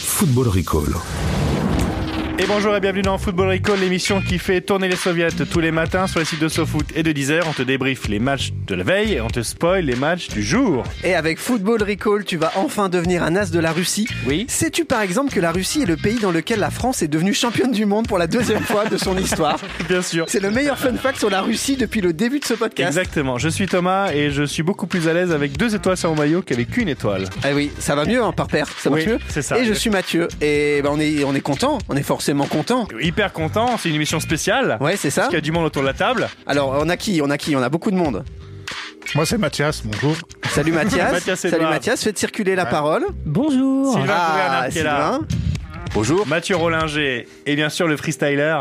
Football Recall. Et bonjour et bienvenue dans Football Recall, l'émission qui fait tourner les soviets tous les matins sur les sites de SoFoot et de Deezer. On te débriefe les matchs de la veille et on te spoil les matchs du jour. Et avec Football Recall, tu vas enfin devenir un as de la Russie. Oui. Sais-tu par exemple que la Russie est le pays dans lequel la France est devenue championne du monde pour la deuxième fois de son histoire Bien sûr. C'est le meilleur fun fact sur la Russie depuis le début de ce podcast. Exactement. Je suis Thomas et je suis beaucoup plus à l'aise avec deux étoiles sur mon maillot qu'avec une étoile. Ah oui, ça va mieux hein, par paire, ça marche Oui, mieux. c'est ça. Et je suis Mathieu. Et ben on est on est content, on est forcément content. Hyper content, c'est une émission spéciale. Ouais, c'est ça. Parce qu'il y a du monde autour de la table. Alors on a qui On a qui On a beaucoup de monde. Moi, c'est Mathias, bonjour. Salut Mathias. Mathias Salut Edouard. Mathias, faites circuler la parole. Sylvain ah, Gouverneur qui est là. Sylvain. Bonjour. Mathieu Rollinger et bien sûr le freestyler.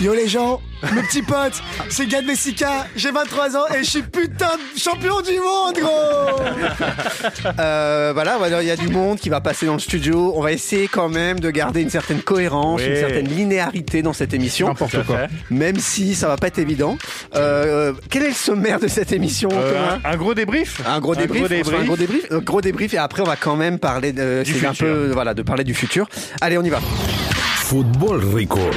Yo les gens, mes petits potes, c'est Gad Messica, j'ai 23 ans et je suis putain de champion du monde gros Euh, voilà, voilà, il y a du monde qui va passer dans le studio. On va essayer quand même de garder une certaine cohérence, Oui. une certaine linéarité dans cette émission, Tout à N'importe quoi. fait. même si ça va pas être évident. Euh, euh, quel est le sommaire de cette émission Euh, Thomas un, un gros débrief. un gros débrief, on se fait un gros débrief, un gros débrief, et après on va quand même parler de, Du c'est un futur. peu, voilà, de parler du futur. Allez, on y va. Football Recall.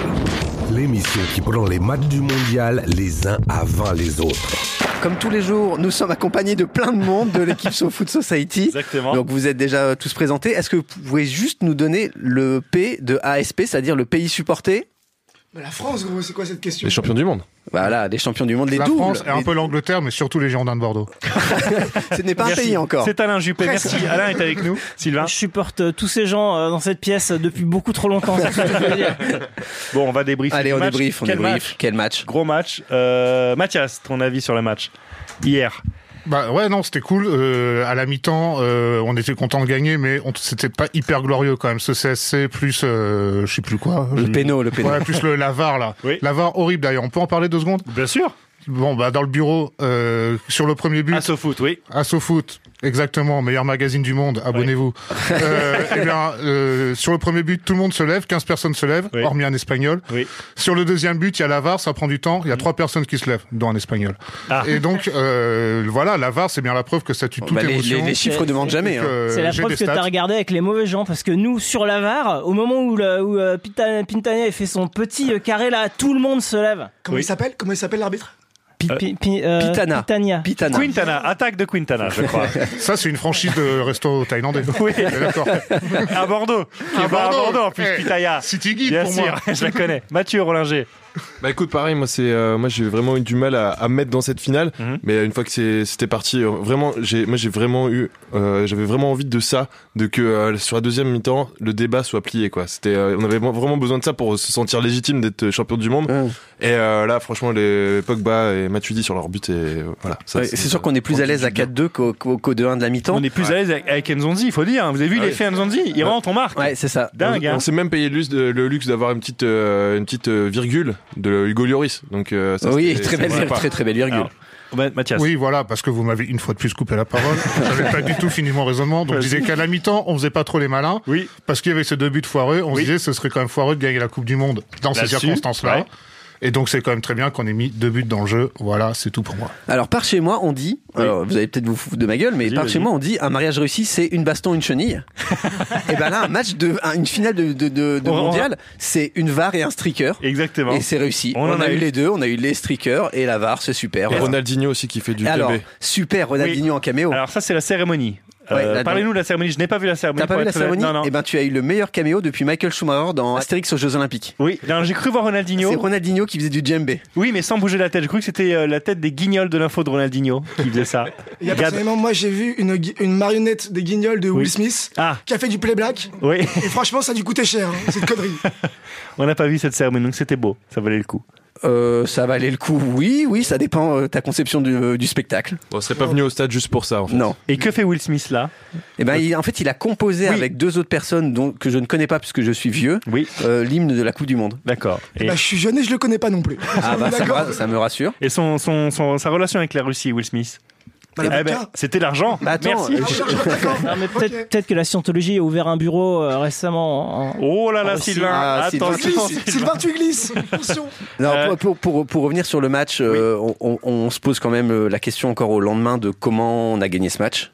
L'émission qui prend les matchs du mondial les uns avant les autres. Comme tous les jours, nous sommes accompagnés de plein de monde de l'équipe SoFoot Society. Exactement. Donc vous êtes déjà tous présentés. Est-ce que vous pouvez juste nous donner le P de ASP, c'est-à-dire le pays supporté Mais la France gros, c'est quoi cette question du monde. Voilà, les champions du monde, les La doubles. France et un Les- peu l'Angleterre, mais surtout les Girondins de Bordeaux. Ce n'est pas un Merci. pays encore. C'est Alain Juppé. Presque. Merci. Alain est avec nous. Sylvain. Je supporte euh, tous ces gens euh, dans cette pièce euh, depuis beaucoup trop longtemps. c'est ce Euh, que je veux dire. Bon, on va débriefer. Allez, le on match. débrief, on Quel débrief. match Quel match Gros match. Euh, Mathias, ton avis sur le match hier Bah ouais, non, c'était cool. Euh, à la mi-temps, euh, on était content de gagner, mais on- c'était pas hyper glorieux quand même. Ce CSC plus, euh, je sais plus quoi. Le péno, le E. péno. Ouais, plus le Lavar là. Oui. Lavar horrible d'ailleurs. On peut en parler deux secondes Bien sûr. Bon, bah dans le bureau, euh, sur le premier but, Assofoot, oui. Assofoot, exactement, meilleur magazine du monde, abonnez-vous. Euh, eh bien, euh, sur le premier but, tout le monde se lève, 15 personnes se lèvent, Oui. hormis un espagnol. Oui. Sur le deuxième but, il y a la VAR, ça prend du temps, il y a trois personnes qui se lèvent, dont un espagnol. Mm. Ah. Et donc, euh, voilà, la VAR, c'est bien la preuve que ça tue toute Bah, les, émotion. les- les chiffres demandent jamais. hein. Euh, C'est la j'ai preuve des que stats. t'as regardé avec les mauvais gens parce que nous, sur la VAR, au moment où, le- où euh, Pita- Pintanier fait son petit euh, carré là, tout le monde se lève. Comment Oui. il s'appelle Comment il s'appelle l'arbitre Pi- pi- pi- euh, Pitana. Pitania. Pitana. Quintana, attaque de Quintana, je crois. Ça, c'est une franchise de resto thaïlandais. Oui. D'accord. à Bordeaux. Qui À est pas à Bordeaux. Bordeaux, en plus, Eh, Pitaya. City Guide Bien pour sûr, moi. je la connais. Mathieu Rollinger. Bah écoute, pareil, moi c'est, euh, moi j'ai vraiment eu du mal à, à me mettre dans cette finale, Mhm. mais une fois que c'est, c'était parti, euh, vraiment, j'ai, moi j'ai vraiment eu, euh, j'avais vraiment envie de ça, de que euh, sur la deuxième mi-temps le débat soit plié quoi. C'était, euh, on avait vraiment besoin de ça pour se sentir légitime d'être champion du monde. Hum. Et euh, là, franchement, les Pogba et Matuidi sur leur but et euh, voilà. ça, euh, Ouais, C'est sûr qu'on est plus à l'aise à 4-2 qu'au qu'au- qu'au 2-1 de la mi-temps. On est plus à l'aise avec- avec Nzonzi, il faut dire. hein. Vous avez vu Ah l'effet Nzonzi Il rentre, on marque. Ouais, c'est ça. Dingue, On hein. s'est même payé le luxe, de- le luxe d'avoir une petite, euh, une petite euh, virgule de Hugo Lloris. Donc euh, ça, oui, c'était- très belle, c'était vir- sympa. très très belle virgule. Alors, Bah, Mathias. Oui, voilà, parce que vous m'avez une fois de plus coupé la parole. J'avais pas du tout fini mon raisonnement. Donc, je disais qu'à la mi-temps, on faisait pas trop les malins. Oui. Parce qu'il y avait ces deux buts foireux. On Oui. se disait, ce serait quand même foireux de gagner la Coupe du Monde dans ces Là-dessus, circonstances-là. ouais. Et donc, c'est quand même très bien qu'on ait mis deux buts dans le jeu. Voilà, c'est tout pour moi. Alors par chez moi, on dit, alors, vous allez peut-être vous foutre de ma gueule, mais Vas-y, par vas-y. chez moi, on dit un mariage réussi, c'est une baston, une chenille. et ben là, un match de, un- une finale de, de, de- de On- on- mondial, c'est une var et un streaker. Exactement. Et c'est réussi. On On, en a, a eu. eu les deux, on a eu les streakers et la var, c'est super. Et Voilà. Ronaldinho aussi qui fait du Alors, bébé. super Ronaldinho en caméo. Alors, ça, c'est la cérémonie. Ouais, Euh, là-dedans. Parlez-nous de la cérémonie. Je n'ai pas vu la cérémonie. T'as pas pour vu la être honnête. cérémonie Non, Ah, non. Eh ben, tu as eu le meilleur caméo depuis Michael Schumacher dans Astérix aux Jeux Olympiques. Oui, non, j'ai cru voir C'est Ronaldinho. Ronaldinho qui faisait du djembé. Oui, mais sans bouger la tête. Je crois que c'était euh, la tête des guignols de l'info de Ronaldinho qui faisait ça. Il y a Gad- personnellement, moi j'ai vu une, gui- une marionnette des guignols de Oui. Will Smith Ah, qui a fait du playback. oui, Et franchement, ça a dû coûter cher, hein, cette connerie. on n'a pas vu cette cérémonie, donc c'était beau. Ça valait le coup. Euh, ça valait le coup, oui, oui, ça dépend euh, ta conception du, euh, du spectacle. On serait pas venu au stade juste pour ça, en fait. Non. Et que fait Will Smith là Eh ben, il- en fait, il a composé Oui. avec deux autres personnes dont, que je ne connais pas puisque je suis vieux, Oui, euh, l'hymne de la Coupe du Monde. d'accord. Et, Bah, je suis jeune et je le connais pas non plus. Ah bah, ça, me D'accord. ra- ça me rassure. et son, son, son- sa relation avec la Russie, Will Smith Bah, la Eh ben, vodka. C'était l'argent. Bah, attends, Merci. Ah, je cherche pas, d'accord. Non, mais peut-être Ok. peut-être que la scientologie a ouvert un bureau euh, récemment. en- Oh là là, Ah, Sylvain, ah, Sylvain. attention. Tu glisses, Sylvain, tu glisses. Attention. Non, Euh, pour, pour, pour- pour revenir sur le match, euh, on, on- on se pose quand même euh, la question encore au lendemain de comment on a gagné ce match.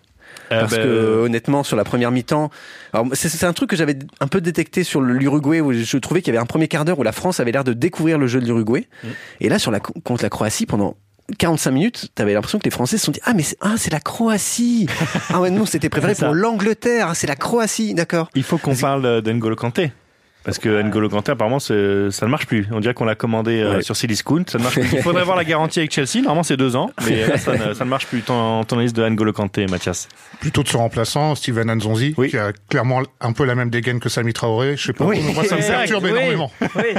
Euh, Parce bah, que honnêtement, sur la première mi-temps, alors, c'est- c'est un truc que j'avais un peu détecté sur le- l'Uruguay où je trouvais qu'il y avait un premier quart d'heure où la France avait l'air de découvrir le jeu de l'Uruguay. Mm. Et là, sur la contre la Croatie, pendant 45 minutes, t'avais l'impression que les Français se sont dit ah mais c'est ah c'est la Croatie ah ouais non c'était préparé C'est ça. pour l'Angleterre Ah, c'est la Croatie d'accord Il faut qu'on parle euh, d'Ngolo Kanté. Parce que N'Golo Kanté, apparemment, c'est- ça ne marche plus. On dirait qu'on l'a commandé euh, Euh. Ouais. sur Cdiscount. Ça ne marche plus. Il faudrait avoir la garantie avec Chelsea. Normalement, c'est deux ans. Mais là, ça ne, ça ne marche plus. Ton, ton analyse de N'Golo Kanté, Mathias. Plutôt de son remplaçant, Steven Anzonzi, Oui. qui a clairement un peu la même dégaine que Sami Traoré. Je sais pas, Oui. moi ça me Oui. perturbe Oui. énormément. Oui.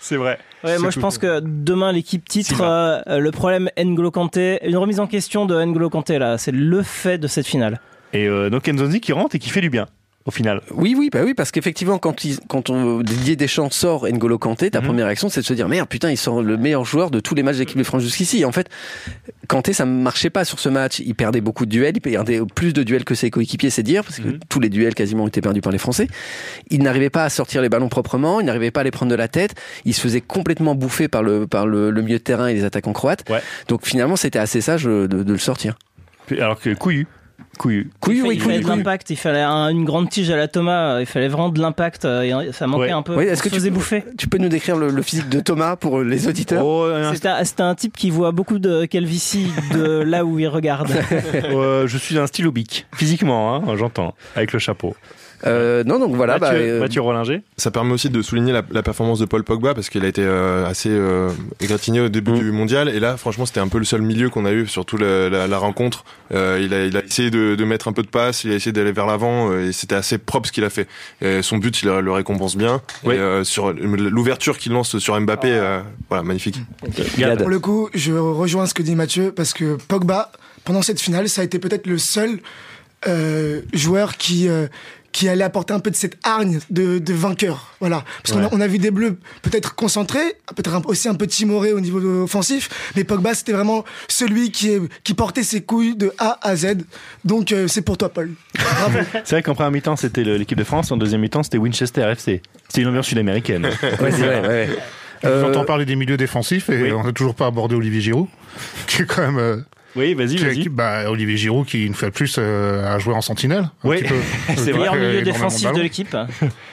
C'est vrai. Ouais, moi C'est je pense que demain l'équipe titre euh, euh, le problème N'Golo Kanté, une remise en question de N'Golo Kanté là, c'est le fait de cette finale. Et euh, donc, Nzonzi qui rentre et qui fait du bien, au final. oui oui bah oui parce qu'effectivement quand ils, quand on, Didier Deschamps sort N'Golo Kanté ta Mhm. première réaction c'est de se dire merde putain il sort le meilleur joueur de tous les matchs d'équipe de France jusqu'ici Et en fait Kanté, ça ne marchait pas sur ce match. Il perdait beaucoup de duels, il perdait plus de duels que ses coéquipiers, c'est dire, parce que Mhm. tous les duels quasiment ont été perdus par les Français. Il n'arrivait pas à sortir les ballons proprement, il n'arrivait pas à les prendre de la tête. Il se faisait complètement bouffer par le, par le, le milieu de terrain et les attaquants croates. Ouais. Donc finalement, c'était assez sage euh, de, de le sortir. Puis- Alors que Couillu. Couillu. Couillu, il oui, fallait couillu, de couillu. l'impact, il fallait un- une grande tige à la Thomas, euh, il fallait vraiment de l'impact, euh, et ça manquait Ouais. un peu. Oui, est-ce on se que tu- faisait bouffer. Tu peux nous décrire le, le physique de Thomas pour euh, les auditeurs Oh, un- C'était un, c'était un type qui voit beaucoup de calvitie de là où il regarde. euh, je suis un stylo bic. Physiquement, hein, j'entends. Avec le chapeau. Euh, Non, donc voilà. bah, Mathieu, euh, Mathieu Rollinger. Ça permet aussi de souligner la, la performance de Paul Pogba parce qu'il a été euh, assez euh, égratigné au début du mondial et là franchement c'était un peu le seul milieu qu'on a eu surtout la, la- la rencontre. Euh, il, a, il a essayé de, de mettre un peu de passe, il a essayé d'aller vers l'avant euh, et c'était assez propre ce qu'il a fait. Et son but il le le récompense bien. Oui. Et, euh, sur l'ouverture qu'il lance sur Mbappé, euh, voilà magnifique. Gad. Pour le coup, je rejoins ce que dit Mathieu parce que Pogba, pendant cette finale, ça a été peut-être le seul euh, joueur qui euh, qui allait apporter un peu de cette hargne de, de vainqueur. Voilà, parce qu'on a, Ouais. on a vu des bleus peut-être concentrés, peut-être un- aussi un peu timorés au niveau offensif, mais Pogba c'était vraiment celui qui est- qui portait ses couilles de A à Z. Donc euh, c'est pour toi, Paul. Bravo. C'est vrai qu'en première mi-temps, c'était le- l'équipe de France. En deuxième mi-temps, c'était Winchester FC. C'était une ambiance sud-américaine. ouais, c'est vrai, ouais, ouais. Euh, J'entends parler des milieux défensifs et oui. on n'a toujours pas abordé Olivier Giroud, qui est quand même. euh, oui, vas-y, qui- vas-y. qui- bah, Olivier Giroud qui, une fois de plus, euh, a joué en sentinelle. un Oui. petit peu. C'est Donc, vrai. Meilleur euh, milieu énormément défensif ballon. de l'équipe.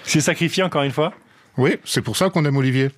C'est sacrifié encore une fois. Oui, c'est pour ça qu'on aime Olivier.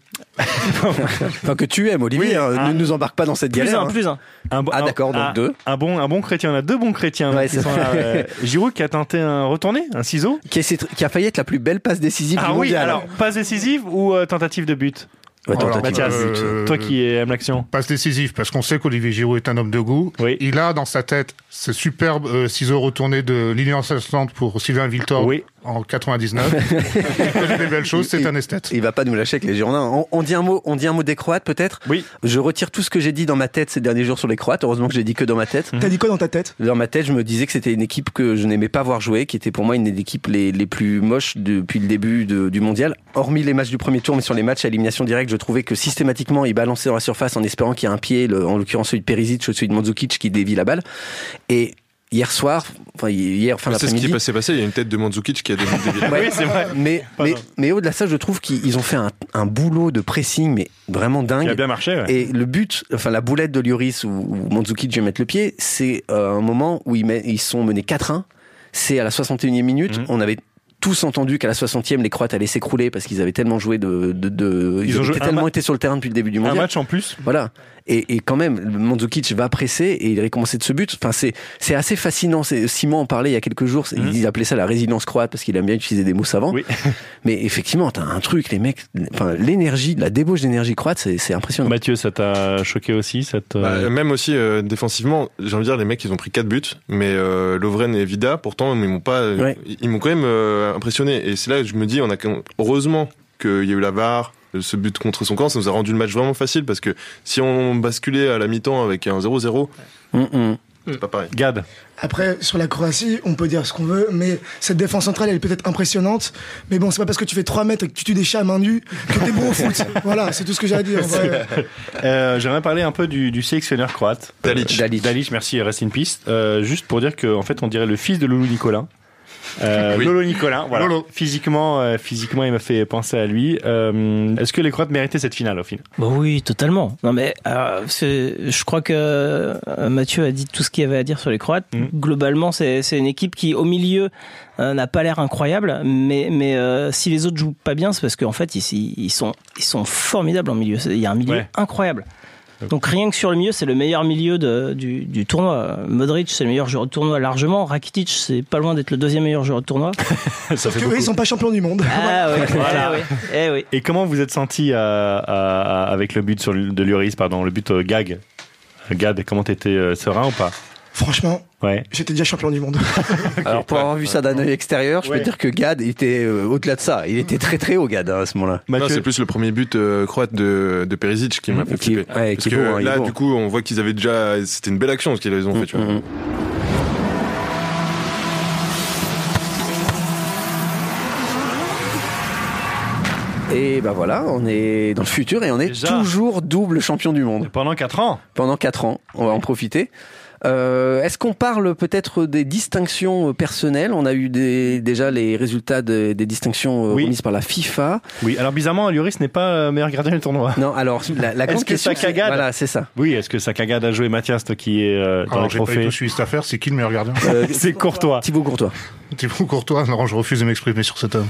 Enfin, que tu aimes, Olivier. Oui, hein, ne ah. nous embarque pas dans cette Plus galère. un, hein. plus un. Un bon- Ah, un- d'accord, donc un- deux. Un bon, un bon chrétien. On a deux bons chrétiens. Ouais, qui c'est sont vrai. là, euh, Giroud qui a tenté un retourné, un ciseau. hein. Qui, est- qui a failli être la plus belle passe décisive Ah du oui, mondial. alors passe décisive ou euh, tentative de but Ouais, attends, Alors, attends, Bah, Mathias, attends. Euh, Toi qui aimes l'action. Passe décisive, parce qu'on sait qu'Olivier Giroud est un homme de goût. Oui. Il a dans sa tête ce superbe euh, ciseau retourné de Lilian Salsland pour Sylvain Viltor Oui. en 99. il connaît des belles choses, c'est un esthète. Il va pas nous lâcher avec les Girondins. hein. On, on dit un mot, on dit un mot des Croates peut-être. Oui. Je retire tout ce que j'ai dit dans ma tête ces derniers jours sur les Croates. Heureusement que j'ai dit que dans ma tête. T'as dit quoi dans ta tête Dans ma tête, je me disais que c'était une équipe que je n'aimais pas voir jouer, qui était pour moi une des équipes les, les plus moches depuis le début de- du mondial. Hormis les matchs du premier tour, mais sur les matchs à élimination directe, je trouvais que systématiquement, ils balançaient dans la surface en espérant qu'il y a un pied, le- en l'occurrence celui de Perisic ou celui de Mandzukic qui dévie la balle. Et hier soir, enfin hier fin C'est ce qui d'après-midi, s'est passé, passé, il y a une tête de Mandzukic qui a dévié. dévié. Ouais. Oui, c'est vrai. Mais, mais, Pardon. mais au-delà de ça, je trouve qu'ils ils ont fait un, un boulot de pressing, mais vraiment Il a dingue. bien marché. ouais. Et le but, enfin la boulette de Lloris ou, ou Mandzukic, je vais mettre le pied, c'est euh, un moment où ils, met- ils sont menés 4-1. C'est à la 61e minute. Mhm. On avait tous entendu qu'à la 60e, les Croates allaient s'écrouler parce qu'ils avaient tellement joué de. de- de- Ils ils, ont joué étaient un tellement ma- été sur le terrain depuis le début du Un mondial. match en plus. Voilà. Et, et quand même, Mandzukic va presser et il est récompensé de ce but. Enfin, c'est c'est assez fascinant. C'est- Simon en parlait il y a quelques jours. Mhm. Il appelait ça la résilience croate parce qu'il aime bien utiliser des mots savants. Oui. Mais effectivement, t'as un truc, les mecs. Enfin, l'énergie, la débauche d'énergie croate, c'est c'est impressionnant. Mathieu, ça t'a choqué aussi cette. Bah, même aussi euh, défensivement, j'ai envie de dire les mecs ils ont pris 4 buts, mais euh, Lovren et Vida pourtant ils m'ont pas, Ouais. ils m'ont quand même euh, impressionné. Et c'est là que je me dis on a quand- heureusement qu'il y a eu la VAR, ce but contre son camp, ça nous a rendu le match vraiment facile parce que si on basculait à la mi-temps avec un 0-0, Mhm, mhm. c'est pas pareil. Gad. Après, sur la Croatie, on peut dire ce qu'on veut, mais cette défense centrale, elle est peut-être impressionnante. Mais bon, c'est pas parce que tu fais 3 mètres et que tu tues des chats à main nue que t'es bon au foot. Voilà, c'est tout ce que j'ai à dire. en vrai. Euh, J'aimerais parler un peu du, du sélectionneur croate. Dalic. Euh, Dalic. Dalic, merci, rest in peace. Euh, juste pour dire qu'en en fait, on dirait le fils de Loulou Nicolas. Euh, Oui. Lolo Nicolas, voilà. Lolo. Physiquement, euh, physiquement, il m'a fait penser à lui. Euh, Est-ce que les Croates méritaient cette finale au final Bah oui, totalement. Non mais euh, c'est- je crois que euh, Mathieu a dit tout ce qu'il y avait à dire sur les Croates. Mhm. Globalement, c'est c'est une équipe qui au milieu euh, n'a pas l'air incroyable, mais mais euh, si les autres jouent pas bien, c'est parce qu'en fait ils, ils sont ils sont formidables en milieu. C'est- Il y a un milieu Ouais. incroyable. Donc rien que sur le milieu, c'est le meilleur milieu de- du, du tournoi. Modric, c'est le meilleur joueur de tournoi largement. Rakitic, c'est pas loin d'être le deuxième meilleur joueur de tournoi. Ça Parce que eux, ils sont pas champions du monde. Ah ouais, Voilà. eh oui, eh oui. Et comment vous êtes senti à- à- à- avec le but sur, l- de Lloris, pardon, le but euh, gag Gad, comment t'étais euh, serein ou pas Franchement, Ouais. j'étais déjà champion du monde. Alors pour avoir vu ça d'un œil extérieur, je Ouais. peux dire que Gad était euh, au-delà de ça. Il était très très haut Gad hein, à ce moment-là. Non, Mathieu, c'est plus le premier but euh, croate de, de Perisic qui m'a fait Mm. Qui- flipper. ouais, Parce qui est que beau, hein, il est là, beau. du coup, on voit qu'ils avaient déjà. C'était une belle action ce qu'ils ont fait. tu vois. Mhm. Et ben voilà, on est dans le futur et on est Déjà. toujours double champion du monde pendant 4 ans pendant 4 ans. On va en profiter. Euh, Est-ce qu'on parle peut-être des distinctions euh, personnelles On a eu des- déjà les résultats de- des distinctions euh, Oui. remises par la FIFA. Oui, alors bizarrement, Lloris n'est pas euh, meilleur gardien du tournoi. Non, alors la, la Est-ce grande que question, Saka c'est- gagne voilà, c'est ça. Oui, est-ce que Sakagad a joué Mathias, toi qui est euh, dans Alors, les Ah, j'ai pas eu trophées tout suivi cette affaire, c'est qui le meilleur gardien Euh, C'est Courtois. Thibaut Courtois. Thibaut Courtois, non, je refuse de m'exprimer sur cet homme.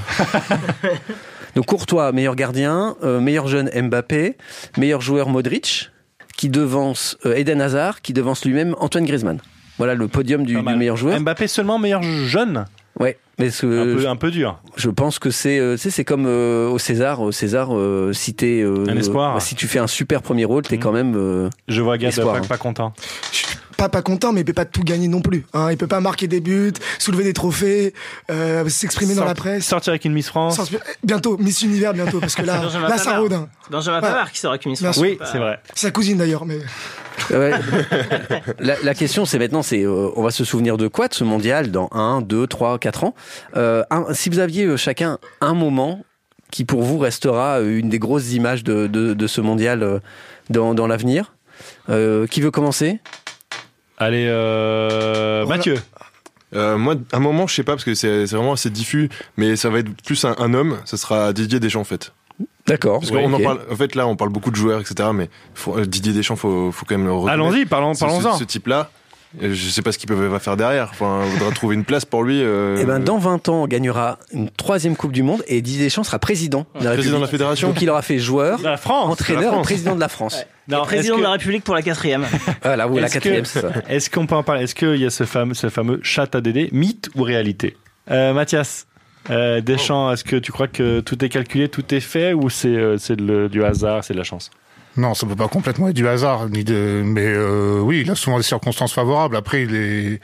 Donc Courtois, meilleur gardien, euh, meilleur jeune Mbappé, meilleur joueur Modric, qui devance euh, Eden Hazard, qui devance lui-même Antoine Griezmann. Voilà le podium du, Pas du mal. meilleur joueur. Mbappé seulement meilleur jeune Ouais, mais ce, un, peu, Euh, hein. je, un peu dur. je pense que c'est euh, tu sais, c'est comme euh, au César, au César euh, si t'es euh, Un espoir. euh, si tu fais un super premier rôle, t'es Mhm. quand même euh, Je vois Gad Espoir, pas, hein. pas content. Je suis pas pas content, mais il peut pas tout gagner non plus. hein. Il peut pas marquer des buts, soulever des trophées, euh, s'exprimer dans Sort- la presse. Sortir avec une Miss France. Sans- Bientôt, Miss Univers, bientôt, parce que là, Benjamin là ça Pavard. rôde. hein. C'est Benjamin Ouais. Pavard qui sera qu'une Bien sûr. Oui, c'est vrai. C'est sa cousine d'ailleurs, mais Ouais. la, la question, c'est maintenant, c'est euh, on va se souvenir de quoi de ce mondial dans 1, 2, 3, 4 ans Euh, un- Si vous aviez euh, chacun un moment qui pour vous restera euh, une des grosses images de, de, de ce mondial euh, dans, dans l'avenir, euh, qui veut commencer Allez, euh, Voilà. Mathieu. Euh, moi, un moment, je sais pas, parce que c'est c'est vraiment assez diffus, mais ça va être plus un, un homme, ça sera Didier Deschamps, en fait. D'accord. Parce Ouais, qu'on ok. en parle, en fait, là, on parle beaucoup de joueurs, etc., mais faut- euh, Didier Deschamps, faut, faut quand même le reconnaître. Allons-y, parlons- Ce- ce- parlons-en. Ce, type-là, euh, je sais pas ce qu'il peut- va faire derrière. Enfin, il faudra trouver une place pour lui. euh, Eh ben, dans 20 ans, on gagnera une troisième Coupe du Monde et Didier Deschamps sera président de la président de la République. fédération. Donc il aura fait joueur, La France. entraîneur, France. président de la France. Non, Président est-ce de que- la République pour la quatrième. Voilà, ou la Est-ce que- quatrième, c'est ça. Est-ce qu'on peut en parler Est-ce qu'il y a ce fameux, ce fameux chat à Dédé, mythe ou réalité Euh, Mathias, euh, Oh. Deschamps, est-ce que tu crois que tout est calculé, tout est fait ou c'est euh, c'est de le- du hasard, c'est de la chance Non, ça peut pas complètement être du hasard, ni de. Mais euh, oui, il a souvent des circonstances favorables. Après, il les,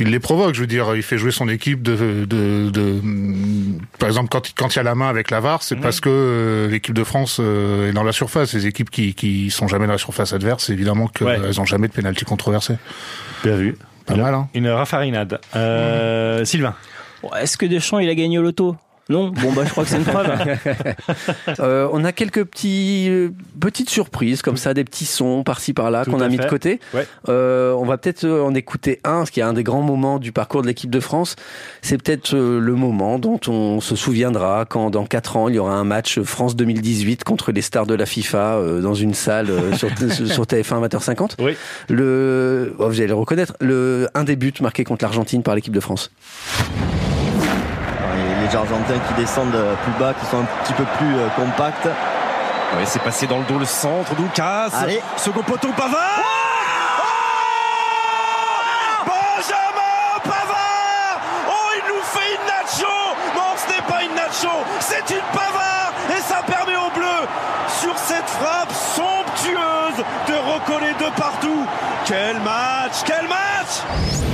il les provoque. Je veux dire, il fait jouer son équipe de, de, de- par exemple, quand quand il y a la main avec l'avare, Mhm. c'est parce que euh, l'équipe de France euh, est dans la surface. Les équipes qui qui sont jamais dans la surface adverse, évidemment qu'elles Ouais. n'ont jamais de pénalty controversé. Bien vu. Pas mal, hein. Une raffarinade. Euh, Sylvain. Bon, Est-ce que Deschamps, il a gagné au loto Non Bon, bah, je crois que c'est une preuve. Euh, on a quelques petits, euh, petites surprises comme ça, des petits sons par-ci par-là Tout qu'on à a mis fait. de côté. Ouais. Euh, on va peut-être euh, en écouter un, parce qu'il y a un des grands moments du parcours de l'équipe de France. C'est peut-être euh, le moment dont on se souviendra quand dans quatre ans il y aura un match France 2018 contre les stars de la FIFA euh, dans une salle euh, sur, sur TF1 20h50. Oui. Le, oh, vous allez le reconnaître, le un des buts marqué contre l'Argentine par l'équipe de France. Il Argentins qui descendent euh, plus bas, qui sont un petit peu plus euh, compacts. Ouais, c'est passé dans le dos le centre, Doukas. Allez. Second poteau, Pavard Oh Benjamin Pavard Oh, il nous fait une nacho Non, ce n'est pas une nacho, c'est une Pavard Et ça permet aux Bleus, sur cette frappe somptueuse, de recoller de partout. Quel match Quel match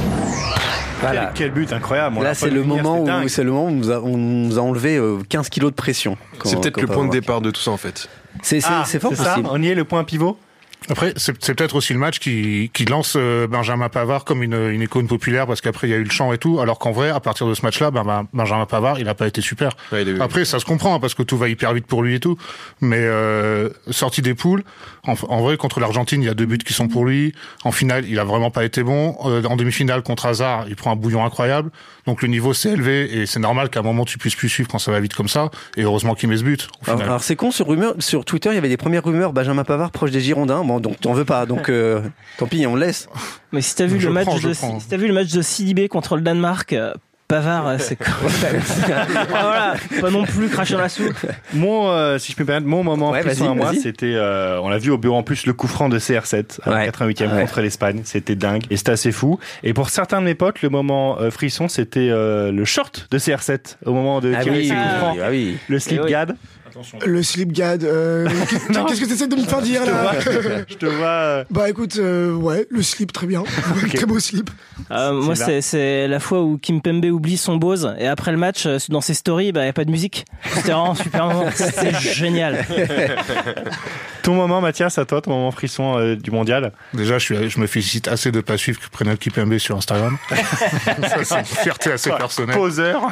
Voilà. Ah, Quel, quel but incroyable. on Là, l'a pas c'est vu le, venir, moment c'est dingue. où c'est le moment où on nous a, on nous a enlevé euh, 15 kilos de pression. C'est Quand- peut-être quand le on point de va voir. départ de tout ça en fait. C'est c'est- Ah, c'est fort c'est ça, possible. on y est, le point pivot Après, c'est c'est peut-être aussi le match qui, qui lance euh, Benjamin Pavard comme une, une icône populaire parce qu'après il y a eu le chant et tout, alors qu'en vrai, à partir de ce match-là, ben, ben, Benjamin Pavard, il n'a pas été super. Ouais, il est- Après, ça se comprend hein, parce que tout va hyper vite pour lui et tout, mais euh, sorti des poules, en, en vrai, contre l'Argentine, il y a deux buts qui sont pour lui. En finale, il a vraiment pas été bon. Euh, en demi-finale, contre Hazard, il prend un bouillon incroyable. Donc le niveau s'est élevé et c'est normal qu'à un moment tu puisses plus suivre quand ça va vite comme ça. Et heureusement qu'il met ce but. Ah, Au Alors, final. alors, c'est con sur rumeur, sur Twitter, il y avait des premières rumeurs Benjamin Pavard proche des Girondins. Bon, donc t'en veux pas, donc euh, tant pis, on le laisse. Ah Mais si t'as vu Je le match prends, je de prends. si t'as vu le match de Sidibé contre le Danemark, euh, Pavard, euh, c'est quoi Ah, voilà, pas non plus cracher dans la soupe. Mon, euh, si je peux me permettre, mon moment Ouais, frisson vas-y, à moi, vas-y. c'était, euh, on l'a vu au bureau en plus, le coup franc de CR7 à la Ouais. 88e Ouais. euh, contre l'Espagne. C'était dingue et c'était assez fou. Et pour certains de mes potes, le moment euh, frisson, c'était euh, le short de CR7 au moment de tirer ses coups francs. ah oui. Le slip Eh oui. gad. Le slip gad. euh, qu'est- Qu'est-ce que t'essaies de me faire dire là Je te vois. euh, Bah écoute, euh, ouais, le slip très bien, très beau slip. Euh, moi, Sylvain. c'est- c'est la fois où Kim Pembe oublie son Bose et après le match, euh, dans ses stories, bah y a pas de musique. C'était vraiment super moment. C'était génial. Ton moment, Mathias, à toi, ton moment frisson euh, du mondial. Déjà, je, suis, je me félicite assez de pas suivre Prenal Kipembe sur Instagram. ça, c'est une fierté assez personnelle. Poseur.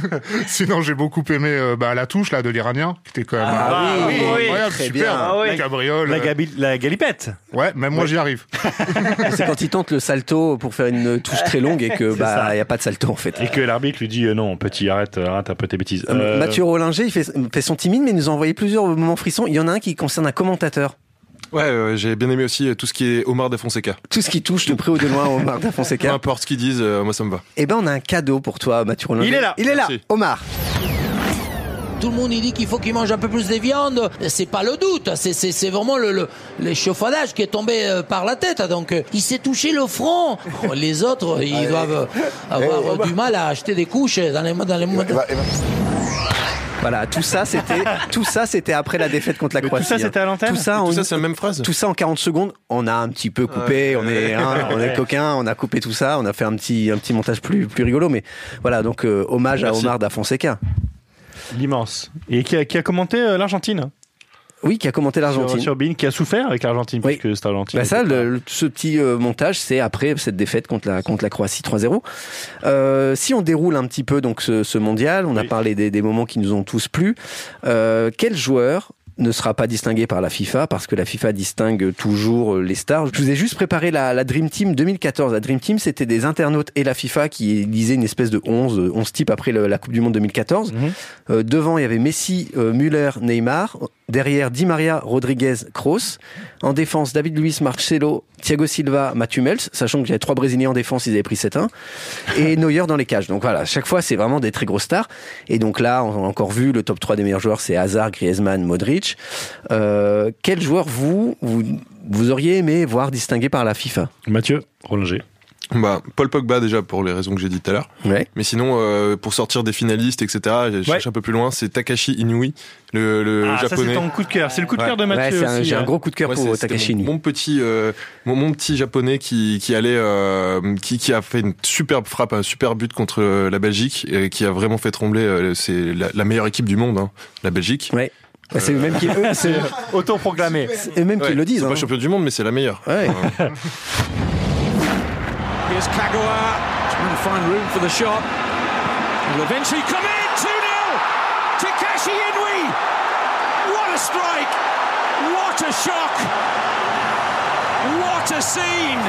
Sinon, j'ai beaucoup aimé euh, bah, la touche là de l'Iranien, qui était quand même Ah euh, oui, incroyable, très super. bien. Ah oui. La cabriole. La, euh, gabi- la galipette. Ouais, même moi j'y arrive. C'est quand il tente le salto pour faire une touche très longue et que bah ça. y a pas de salto en fait. Et que l'arbitre lui dit euh, non, petit, arrête, arrête un peu tes bêtises. Euh, Euh, Mathieu Rollinger, il fait, fait son timide, mais il nous a envoyé plusieurs moments frissons. Il y en a un qui concerne un commentateur. Ouais, ouais, j'ai bien aimé aussi euh, tout ce qui est Omar de Fonseca. Tout ce qui touche de près ou de loin Omar da Peu Fonseca. importe ce qu'ils disent, euh, moi ça me va. Eh ben, on a un cadeau pour toi, Mathieu Rollinger. Il est là. Il est là, Merci. Omar. Tout le monde il dit qu'il faut qu'il mange un peu plus de viande. C'est pas le doute, hein. c'est- c'est c'est vraiment le- le- l'échauffadage qui est tombé euh, par la tête. Donc euh, il s'est touché le front. Oh, Les autres, ils doivent euh, avoir euh, du mal à acheter des couches euh, dans les dans les Voilà, tout ça, c'était, tout ça, c'était après la défaite contre la tout Croatie. ça, hein. c'était à l'antenne Tout ça, en Tout une- ça, c'est la même phrase tout ça en 40 secondes, on a un petit peu Ah, coupé, on est hein, on est coquin, on a coupé tout ça, on a fait un petit un petit montage plus plus rigolo mais voilà donc euh, hommage à Merci. Omar da Fonseca. L'immense. Et qui a, qui a commenté euh, l'Argentine. Oui, qui a commenté Sur, l'Argentine. sur Bein, qui a souffert avec l'Argentine, Oui. puisque c'est l'Argentine. Bah ça, le- le- ce petit euh, montage, c'est après cette défaite contre la, contre la Croatie 3-0. Euh, si on déroule un petit peu donc ce, ce mondial, on a Oui. parlé des, des moments qui nous ont tous plu. Euh, quel joueur ne sera pas distingué par la FIFA parce que la FIFA distingue toujours euh, les stars. Je vous ai juste préparé la, la Dream Team 2014. La Dream Team, c'était des internautes et la FIFA qui lisaient une espèce de 11, euh, 11 types après le- la Coupe du Monde 2014. Mhm. Euh, devant, il y avait Messi, euh, Müller, Neymar. Derrière, Di Maria, Rodriguez, Kroos. En défense, David Luiz, Marcelo, Thiago Silva, Mathieu Mels. Sachant qu'il y avait trois Brésiliens en défense, ils avaient pris 7-1. Et Neuer dans les cages. Donc voilà, chaque fois, c'est vraiment des très grosses stars. Et donc là, on a encore vu, le top 3 des meilleurs joueurs, c'est Hazard, Griezmann, Modric. Euh, quel joueur, vous, vous, vous auriez aimé voir distingué par la FIFA Mathieu Rollinger. Bah, Paul Pogba déjà pour les raisons que j'ai dites tout à l'heure. Ouais. Mais sinon, euh, pour sortir des finalistes, etc., je cherche un peu plus loin, c'est Takashi Inui, le, le ah, ça, c'est japonais. ton coup de cœur. C'est le coup de Ouais. cœur de Ouais, Mathieu c'est un- aussi. j'ai un hein. gros coup de cœur Ouais, pour c'est- c'était Takashi mon, Inui. mon petit, euh, mon, mon petit japonais qui, qui allait, euh, qui, qui a fait une superbe frappe, un super but contre euh, la Belgique, et qui a vraiment fait trembler. euh, c'est la, la meilleure équipe du monde, hein, la Belgique. Ouais. Ouais, C'est eux-mêmes qui, eux, c'est Autoproclamé. eux-mêmes qui Ouais, le disent. C'est hein. pas champion du monde, mais c'est la meilleure. Ouais. Here's Kagawa trying to find room for the shot. Will eventually come in 2 0. Takashi Inui. What a strike. What a shock. What a scene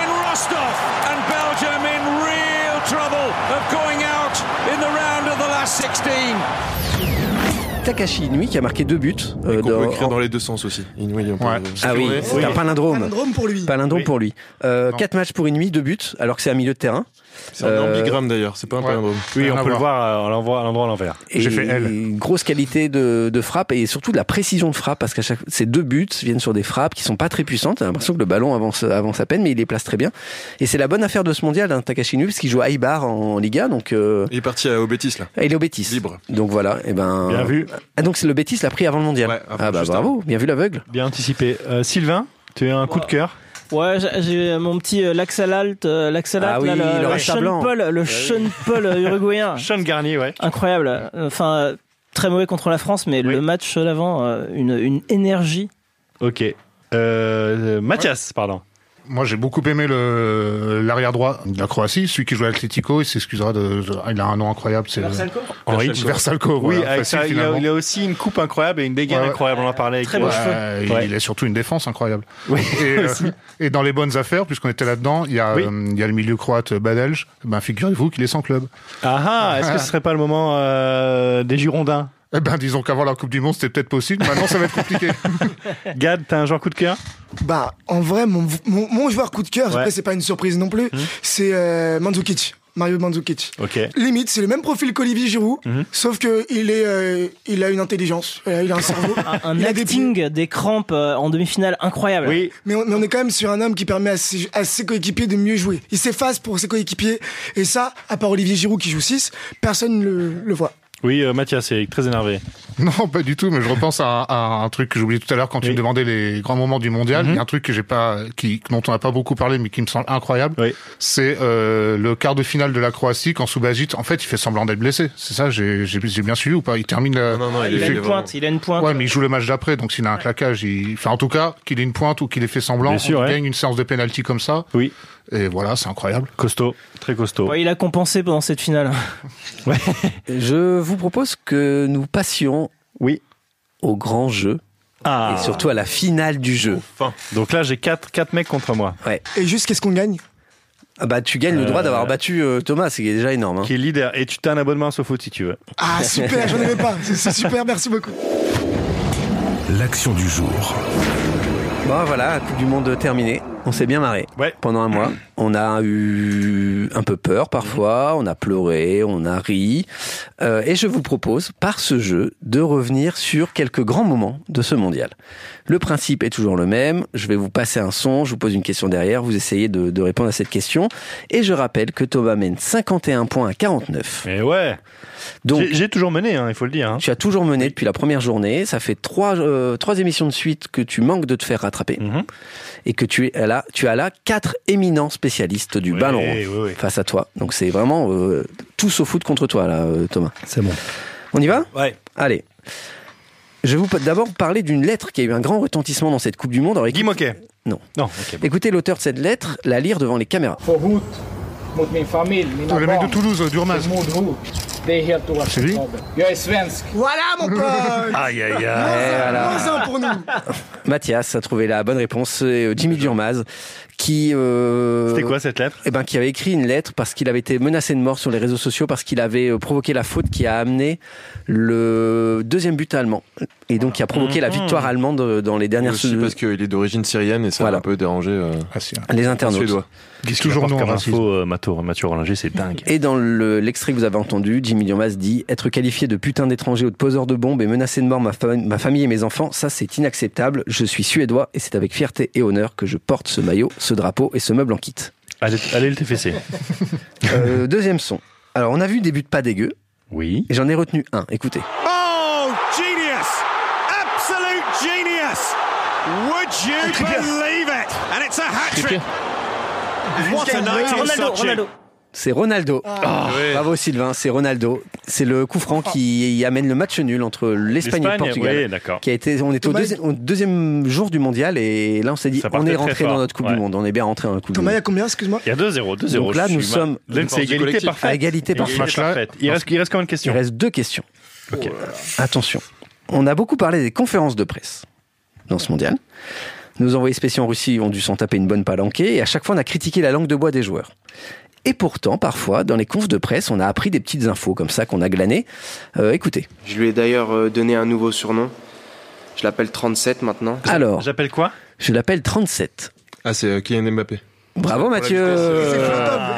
in Rostov. And Belgium in real trouble of going out in the round of the last 16. Takashi Inui qui a marqué deux buts. euh, Qu'on peut dans- écrire dans les deux sens aussi. Inouï, on peut- Ouais. Ah oui, c'est un palindrome. Palindrome pour lui. Palindrome Oui. pour lui. Euh, Non. quatre matchs pour Inui, deux buts, alors que c'est un milieu de terrain. C'est un euh, ambigramme d'ailleurs, c'est pas un palindrome. Oui, on peut le voir euh, à l'endroit à l'endroit à l'envers. Et Grosse qualité de, de frappe et surtout de la précision de frappe parce que chaque, ces deux buts viennent sur des frappes qui sont pas très puissantes. T'as l'impression que le ballon avance, avance à peine, mais il les place très bien. Et c'est la bonne affaire de ce mondial, hein, Takashi Nui, parce qu'il joue à Ibar en, en Liga. Donc, euh, Il est parti à- au Bétis là. ah, il est au Bétis. Libre. Donc voilà, et ben. Bien vu. Ah, donc c'est le Bétis l'a pris avant le mondial. Ouais, avant, ah bah juste bravo, bien vu l'aveugle. Bien anticipé. Euh, Sylvain, tu as un coup de cœur. Ouais, j'ai- j'ai mon petit euh, Laxalalt, euh, Laxalalt, Ah oui, là, le le, le rachat Sean blanc. Paul, le Sean Paul euh, uruguayen. Sean Garnier, ouais. Incroyable. Enfin, euh, très mauvais contre la France, mais Oui. le match d'avant, euh, une, une énergie. Ok. Euh, Mathias, pardon. Moi, j'ai beaucoup aimé le l'arrière droit de la Croatie, celui qui joue à Atlético, il s'excusera de, de- ah, il a un nom incroyable, c'est Henri. Versalco. Oui, voilà, avec facile, ça, il, a, finalement. il a aussi une coupe incroyable et une dégaine Ouais, ouais. incroyable. On en parlait avec Très beau euh, cheveu. Euh, il- Ouais. Il a surtout une défense incroyable. Oui, Et, euh, aussi. et dans les bonnes affaires, puisqu'on était là-dedans, il y a Oui. euh, il y a le milieu croate euh, Badelj. Ben figurez-vous qu'il est sans club. Ah ah, est-ce que ce serait pas le moment euh, des Girondins Eh ben disons qu'avant la Coupe du Monde, c'était peut-être possible. Maintenant, ça va être compliqué. Gad, t'as un genre coup de cœur Bah, en vrai, mon, mon, mon joueur coup de cœur, Ouais. après, c'est pas une surprise non plus, Mhm. c'est euh, Mandzukic, Mario Mandzukic. Ok. Limite, c'est le même profil qu'Olivier Giroud, Mhm. sauf que il est, euh, il a une intelligence, euh, il a un cerveau, Un il a des pieds. acting des, crampes euh, en demi-finale incroyable. Oui, Mais on, mais on est quand même sur un homme qui permet à ses, à ses coéquipiers de mieux jouer. Il s'efface pour ses coéquipiers, et ça, à part Olivier Giroud qui joue 6, personne ne le, le voit. oui, euh, Mathias est très énervé. Non, pas du tout, mais je repense à, un- à un truc que j'oubliais tout à l'heure quand tu Oui. Mhm. me demandais les grands moments du mondial. Il y a un truc que j'ai pas, qui, dont on n'a pas beaucoup parlé, mais qui me semble incroyable. Oui. C'est euh, le quart de finale de la Croatie quand Subasic, en fait, il fait semblant d'être blessé. C'est ça, j'ai j'ai- j'ai bien suivi ou pas Il termine. la- Ah Non, non, il, Il est- a il est une vraiment- pointe, il a une pointe. Ouais, mais il joue le match d'après, donc s'il a un claquage, il... enfin, en tout cas, qu'il ait une pointe ou qu'il ait fait semblant, Bien sûr, on ouais. gagne une séance de penalty comme ça. Oui, Et voilà, c'est incroyable. costaud, très costaud. Ouais, il a compensé pendant cette finale. Je vous propose que nous passions Oui. au grand jeu Ah, et surtout à la finale du jeu. donc là j'ai 4 quatre, quatre mecs contre moi, Hein. Et juste, qu'est-ce qu'on gagne Ah bah tu gagnes le droit d'avoir battu euh, Thomas, c'est déjà énorme. hein. qui est leader. Et tu t'as un abonnement à SoFoot si tu veux. Ah, super, j'en avais pas, c'est c'est super, merci beaucoup. L'action du jour. Bon voilà, Coupe du Monde terminée. On s'est bien marré Ouais. pendant un mois. On a eu un peu peur parfois, on a pleuré, on a ri. Euh, et je vous propose, par ce jeu, de revenir sur quelques grands moments de ce mondial. Le principe est toujours le même. Je vais vous passer un son, je vous pose une question derrière, vous essayez de, de répondre à cette question. Et je rappelle que Thomas mène 51 points à 49. Et ouais, Donc, J'ai- j'ai toujours mené, hein, il faut le dire. hein. Tu as toujours mené depuis la première journée. Ça fait trois, euh, trois émissions de suite que tu manques de te faire rattraper. Mhm. Et que tu, es là, tu as là quatre éminents spécialistes du ballon Oui, rond oui, oui. face à toi. Donc c'est vraiment euh, tous au foot contre toi, là, euh, Thomas. C'est bon. On y va Ouais. Allez. Je vais vous pa- d'abord parler d'une lettre qui a eu un grand retentissement dans cette Coupe du Monde. Alors, écoute- Guy Moquet Non. Non, ok. bon. Écoutez l'auteur de cette lettre la lire devant les caméras. Oh. le mec de Toulouse, euh, Durmaz. C'est lui Voilà, mon pote Aïe, aïe, aïe. eh, Moins un pour nous Mathias a trouvé la bonne réponse. C'est euh, Jimmy Durmaz qui... euh, C'était quoi cette lettre eh ben, qui avait écrit une lettre parce qu'il avait été menacé de mort sur les réseaux sociaux parce qu'il avait euh, provoqué la faute qui a amené le deuxième but allemand et donc qui a provoqué la victoire allemande euh, dans les dernières Aussi parce qu'il est d'origine syrienne et ça Voilà. a un peu dérangé euh, Ah, si, hein. les les internautes. Suédois. Qu'est-ce qu'il apporte comme comme racisme info, euh, Mathieu, Mathieu Rollinger, c'est dingue. Et dans le- l'extrait que vous avez entendu, Jimmy Durmaz dit Être qualifié de putain d'étranger ou de poseur de bombes et menacer de mort ma, fa- ma famille et mes enfants, ça c'est inacceptable. Je suis suédois et c'est avec fierté et honneur que je porte ce maillot, ce drapeau et ce meuble en kit. allez, allez le TFC. Euh, deuxième son. Alors on a vu des buts pas dégueux Oui. et j'en ai retenu un. Écoutez. Oh, genius! Absolute genius! Would you believe it? And it's a hat trick. What a Ah, night in Ronaldo, Sochi. Ronaldo. C'est Ronaldo. Ah. Oh, Bravo Sylvain, c'est Ronaldo. C'est le coup franc qui amène le match nul entre l'Espagne et le Portugal. oui, d'accord. Qui a été, on est au, Thomas- deuxi- au deuxième jour du mondial et là on s'est dit Ça on partait est très rentré dans fort. notre Coupe Ouais. du Monde, on est bien rentré dans la Coupe Thomas, il y du Monde. a combien, excuse-moi Il y a 2-0, 2-0. Donc là, je suis nous mal- sommes- Là, Dans c'est ce égalité collectif. parfaite. À égalité Égalité parfaite. parfaite. Il reste, il reste combien de Il questions reste deux questions. Oh Ok. Attention, on a beaucoup parlé des conférences de presse dans ce mondial. Nos envoyés spéciaux en Russie ont dû s'en taper une bonne palanquée et à chaque fois on a critiqué la langue de bois des joueurs. Et pourtant, parfois, dans les confs de presse, on a appris des petites infos comme ça qu'on a glanées. Euh, écoutez. Je lui ai d'ailleurs euh, donné un nouveau surnom. Je l'appelle 37 maintenant. Alors, J'appelle quoi je l'appelle 37. Ah, c'est euh, Kylian Mbappé. Bravo Pour la Mathieu vitesse.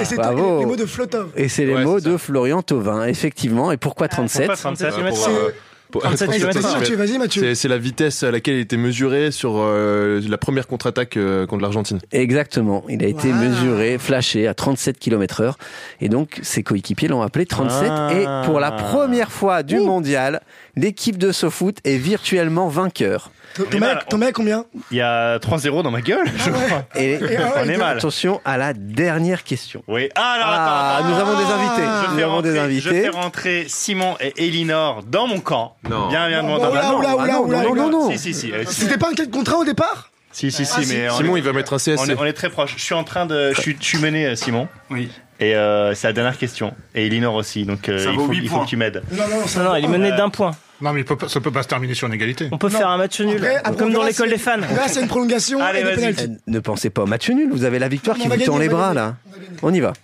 Et c'est Flotov. Et c'est Bravo. les mots de Flotov. Et c'est les mots de Florian Thauvin, effectivement. Et pourquoi 37 pourquoi 37 Euh, pour, euh, Pour- 37 pour- kilomètres. pour- Vas-y, Mathieu, vas-y, Mathieu. C'est- C'est la vitesse à laquelle il était mesuré sur euh, la première contre-attaque euh, contre l'Argentine. Exactement, il a été mesuré, flashé à 37 km heure. Et donc, ses coéquipiers l'ont appelé 37. Ah. Et pour la première fois du mondial, l'équipe de SoFoot est virtuellement vainqueur. Ton mec, ton mec, combien Il y a 3-0 dans ma gueule, Ah je crois. Et On est mal. attention à la dernière question. Oui. Ah, alors, Ah, attends, attends, nous attends. avons des invités. Je Nous fais avons rentrer- des Je invités. fais rentrer Simon et Elinor dans mon camp. Bien, bien, Oh dans là, mon oh là, camp. oh là, oh là, oh là. Si, si, si. euh, si. C'était pas un cas de contrat au départ Si, si, si, Ah, mais. si. Simon, il va mettre un CSC. On est, on est très proche. Je suis en train de. Je suis, je suis mené, euh, Simon. Oui. Et euh, c'est la dernière question. Et Elinor aussi. Donc euh, Ça il, vaut faut, huit il faut points. que tu m'aides. Non, non, Non, non, il est mené d'un point. Non, mais il peut pas- ça peut pas se terminer sur une égalité. On peut faire un match nul, Après- après, on comme dans verra l'école si- des fans. on verra s'il y a une prolongation et des pénaltys. Euh, Ne pensez pas au match nul, vous avez la victoire Non, qui on va vous tend gagner, les on va bras gagner. là. On y va.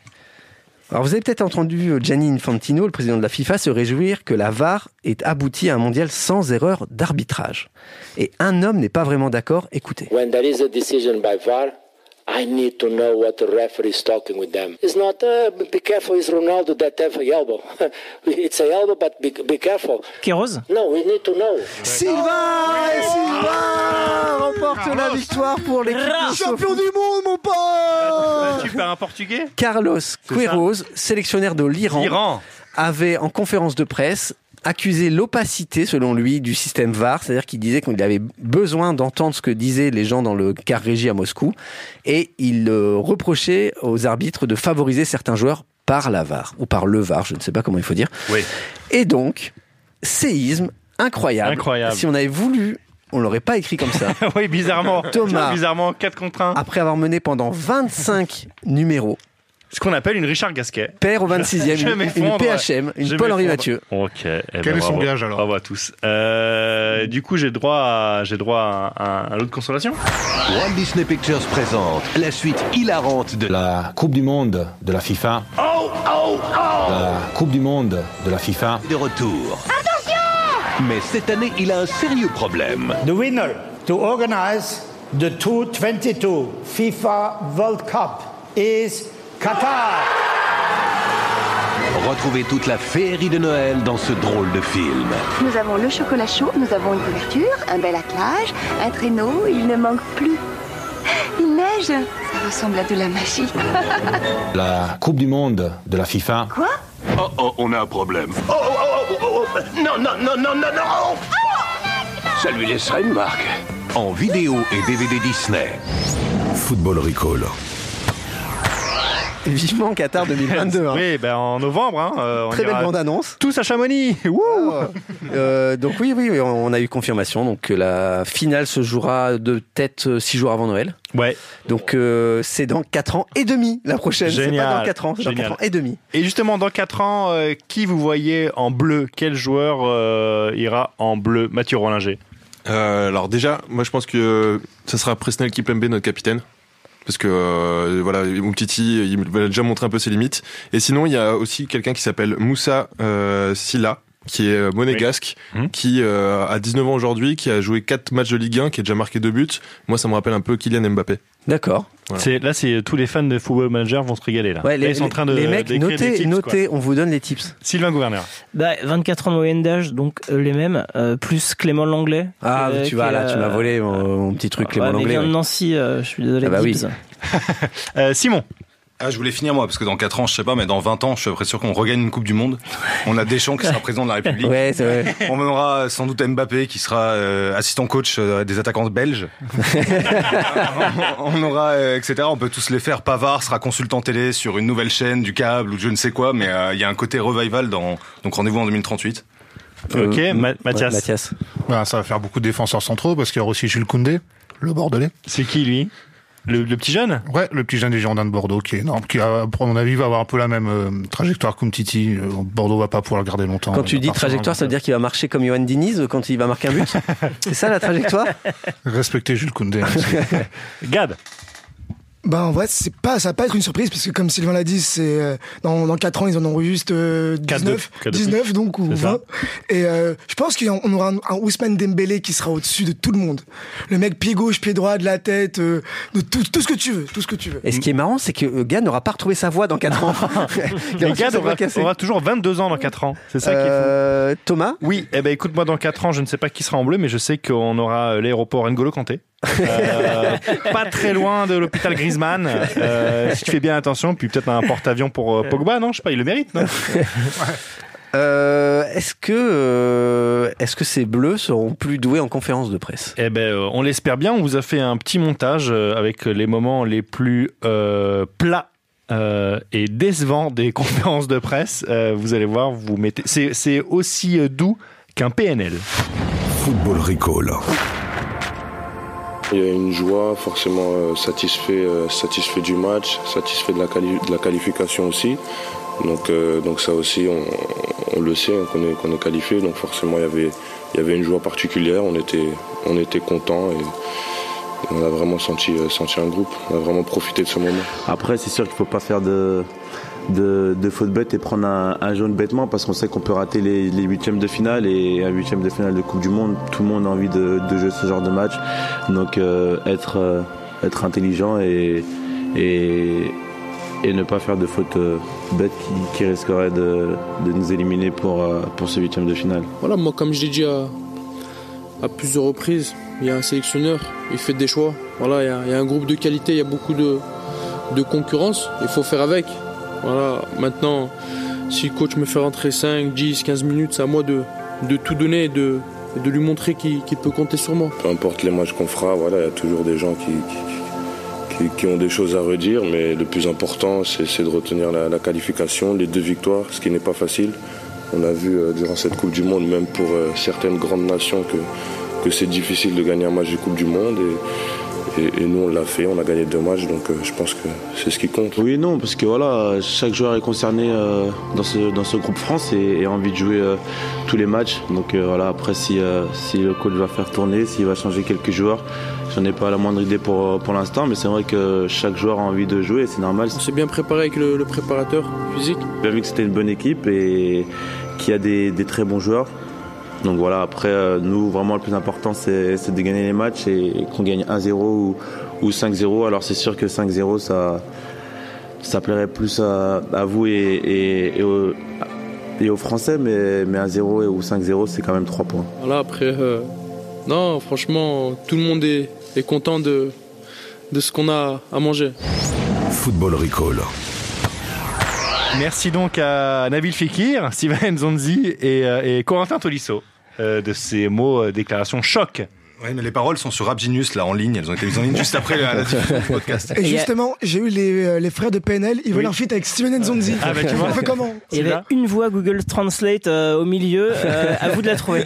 Alors vous avez peut-être entendu euh, Gianni Infantino, le président de la FIFA, se réjouir que la VAR ait abouti à un mondial sans erreur d'arbitrage. Et un homme n'est pas vraiment d'accord, écoutez. When there is a decision by VAR, I need to know what the referee is talking with them. It's not, uh, be careful, it's Ronaldo that have a elbow. it's a elbow, but be, be careful. Kéros No, we need to know. Ah, Sylvain et Sylvain remporte la victoire pour l'équipe de Champion du monde, mon pote Tu parles un portugais Carlos ça. Queiroz, sélectionnaire de l'Iran, L'Iran. avait en conférence de presse accusé l'opacité, selon lui, du système VAR, c'est-à-dire qu'il disait qu'il avait besoin d'entendre ce que disaient les gens dans le car régie à Moscou, et il euh, reprochait aux arbitres de favoriser certains joueurs par la VAR, ou par le VAR, je ne sais pas comment il faut dire. Oui. Et donc, séisme incroyable. Incroyable. Si on avait voulu, on l'aurait pas écrit comme ça. oui, bizarrement. Thomas. Ah. Bizarrement, 4 contre 1. Après avoir mené pendant 25 numéros, Ce qu'on appelle une Richard Gasquet. perd au 26e, Je une- m'effondre. une PHM, une Je Paul-Henri m'effondre. Mathieu. Ok. eh ben, Quel est son bravo. gage, alors Bravo à tous. Euh, du coup, j'ai droit à, j'ai droit à, un- à l'autre consolation. Walt Disney Pictures présente la suite hilarante de la Coupe du Monde de la FIFA. Oh, oh, La Coupe du Monde de la FIFA. De retour. Attention Mais cette année, il a un sérieux problème. The winner to organize the 2022 FIFA World Cup is Qatar. Retrouvez toute la féerie de Noël dans ce drôle de film. Nous avons le chocolat chaud, nous avons une couverture, un bel attelage, un traîneau, il ne manque plus. Il neige Ça ressemble à de la magie. La Coupe du Monde de la FIFA. Quoi Oh oh, on a un problème. oh, oh, oh, oh, oh, non, non, non, non, non, non. Ah, Ça lui laissera une marque. En vidéo et DVD Disney. Football Recall. Vivement Qatar 2022. hein. Oui, ben en novembre. hein, euh, on Très belle ira- bande-annonce. Tous à Chamonix. Euh, donc oui, oui, oui, on a eu confirmation. Donc euh, la finale se jouera de tête euh, six jours avant Noël. Ouais. Donc euh, c'est dans 4 ans et demi la prochaine. C'est pas dans 4 ans, c'est dans Génial. quatre ans et demi. Et justement, dans 4 ans, euh, qui vous voyez en bleu Quel joueur euh, ira en bleu Mathieu Rollinger. Euh, alors déjà, moi je pense que euh, ça sera Presnel Kimpembe notre capitaine. Parce que euh, voilà, Umtiti, il va déjà montrer un peu ses limites. Et sinon, il y a aussi quelqu'un qui s'appelle Moussa euh, Silla, qui est euh, monégasque, qui euh, a 19 ans aujourd'hui, qui a joué 4 matchs de Ligue 1, qui a déjà marqué 2 buts. Moi, ça me rappelle un peu Kylian Mbappé. D'accord. C'est- Là, c'est tous les fans de Football Manager vont se régaler. Là. Ouais, Là, ils sont en train de. les mecs, d'écrire des notez, tips, notez, quoi. on vous donne les tips. Sylvain Gouverneur. Bah, 24 ans de moyenne d'âge, donc euh, les mêmes, euh, plus Clément Langlais. Ah, euh, tu qui vas est, là, tu euh, ah, m'as volé mon, mon petit truc, Clément ouais, mais il Langlais. vient de ouais. Nancy, euh, je suis désolé. Ah bah oui. Gibbs. Euh, Simon ah, je voulais finir moi, parce que dans 4 ans, je sais pas, mais dans 20 ans, je suis sûr qu'on regagne une Coupe du Monde. On a Deschamps qui sera président de la République. Ouais, c'est vrai. On aura sans doute Mbappé qui sera euh, assistant coach euh, des attaquants belges. on aura, euh, etc. On peut tous les faire. Pavard sera consultant télé sur une nouvelle chaîne, du câble ou je ne sais quoi, mais euh, il y a un côté revival dans. Donc rendez-vous en 2038. Ok, Euh, Ma- Mathias. Voilà, ça va faire beaucoup de défenseurs centraux parce qu'il y aura aussi Jules Koundé, le Bordelais. C'est qui lui le, petit jeune Ouais, le petit jeune des Girondins de Bordeaux qui est énorme, qui à mon avis va avoir un peu la même euh, trajectoire qu'Umtiti. Euh, Bordeaux va pas pouvoir le garder longtemps. Quand tu Euh, dis à partir trajectoire, ça veut dire qu'il va marcher comme Johan Diniz euh, quand il va marquer un but C'est ça la trajectoire Oh, de- Respecter Jules Koundé. hein, c'est- Gad Bah en vrai c'est pas ça va pas être une surprise parce que comme Sylvain l'a dit c'est euh, dans, dans 4 ans ils en auront juste euh, 19 Quatre de- 19 donc ou C'est ça. 20 et euh, je pense qu'on aura un, un Ousmane Dembélé qui sera au-dessus de tout le monde le mec pied gauche pied droit de la tête euh, de tout, tout ce que tu veux tout ce que tu veux Et ce qui est marrant, c'est que le gars n'aura pas retrouvé sa voix dans 4 ans. Il Les aura gars sa voix aura, cassée. aura toujours 22 ans dans 4 ans. C'est ça qui est fou. Euh, Thomas Oui, eh ben, écoute-moi, dans 4 ans, je ne sais pas qui sera en bleu, mais je sais qu'on aura euh, l'aéroport N'Golo Kanté. Euh, pas très loin de l'hôpital Griezmann. Euh, si tu fais bien attention, puis peut-être un porte-avions pour euh, Pogba, non Je sais pas, il le mérite, non Euh, est-ce que euh, est-ce que ces bleus seront plus doués en conférence de presse Eh ben, euh, on l'espère bien. On vous a fait un petit montage euh, avec les moments les plus euh, plats. euh, et décevants des conférences de presse, Euh, vous allez voir, vous mettez, c'est c'est aussi euh, doux qu'un PNL. Football Recall. Il y a une joie, forcément euh, satisfait, euh, satisfait du match, satisfait de la, quali- de la qualification aussi. Donc, euh, donc ça aussi, on, on le sait, hein, qu'on est, qu'on est qualifié. Donc forcément, il y avait, il y avait une joie particulière. On était, on était content et on a vraiment senti, euh, senti un groupe. On a vraiment profité de ce moment. Après, c'est sûr qu'il ne faut pas faire de, de, de faute bête et prendre un, un jaune bêtement parce qu'on sait qu'on peut rater les, les huitièmes de finale et un huitième de finale de Coupe du Monde, tout le monde a envie de, de jouer ce genre de match. Donc euh, être, euh, être intelligent et, et, et ne pas faire de faute euh, bête qui, qui risquerait de, de nous éliminer pour, euh, pour ce huitième de finale. Voilà, moi, comme je l'ai dit à, à plusieurs reprises, il y a un sélectionneur, il fait des choix. Voilà, il y a, il y a un groupe de qualité, il y a beaucoup de, de concurrence, il faut faire avec. Voilà, maintenant, si le coach me fait rentrer 5, 10, 15 minutes, c'est à moi de, de tout donner et de, et de lui montrer qu'il qu'il peut compter sur moi. Peu importe les matchs qu'on fera, voilà, il y a toujours des gens qui, qui, qui- qui ont des choses à redire, mais le plus important, c'est c'est de retenir la, la qualification, les deux victoires, ce qui n'est pas facile. On a vu euh, durant cette Coupe du Monde, même pour euh, certaines grandes nations, que, que c'est difficile de gagner un match de Coupe du Monde. Et, et- et nous, on l'a fait, on a gagné deux matchs, donc euh, je pense que c'est ce qui compte. Oui et non, parce que voilà, chaque joueur est concerné euh, dans, ce, dans ce groupe France et, et a envie de jouer euh, tous les matchs. Donc euh, voilà, après si, euh, si le coach va faire tourner, s'il va changer quelques joueurs, j'en ai pas la moindre idée pour, euh, pour l'instant, mais c'est vrai que chaque joueur a envie de jouer et c'est normal. On s'est bien préparé avec le, le préparateur physique. J'ai bien vu que c'était une bonne équipe et qu'il y a des, des très bons joueurs. Donc voilà, après, euh, nous, vraiment, le plus important, c'est c'est de gagner les matchs et, et qu'on gagne 1-0 ou, ou 5-0. Alors c'est sûr que 5-0, ça, ça plairait plus à, à vous et, et- et aux, et aux Français, mais, mais 1-0 et- ou 5-0, c'est quand même 3 points. Voilà, après, euh, non, franchement, tout le monde est, est content de, de ce qu'on a à manger. Football Recall. Merci donc à Nabil Fekir, Steven Zonzi et, euh, et Corentin Tolisso euh, de ces mots euh, déclaration choc. Ouais, mais les paroles sont sur Abginus, là, en ligne. Elles ont été mises en ligne juste après la, la diffusion du podcast. et justement j'ai eu les, euh, les frères de PNL ils veulent un feat avec Steven Nzonzi Ah, bah, tu vois. on fait comment Il y avait une voix Google Translate euh, au milieu. euh, à vous de la trouver.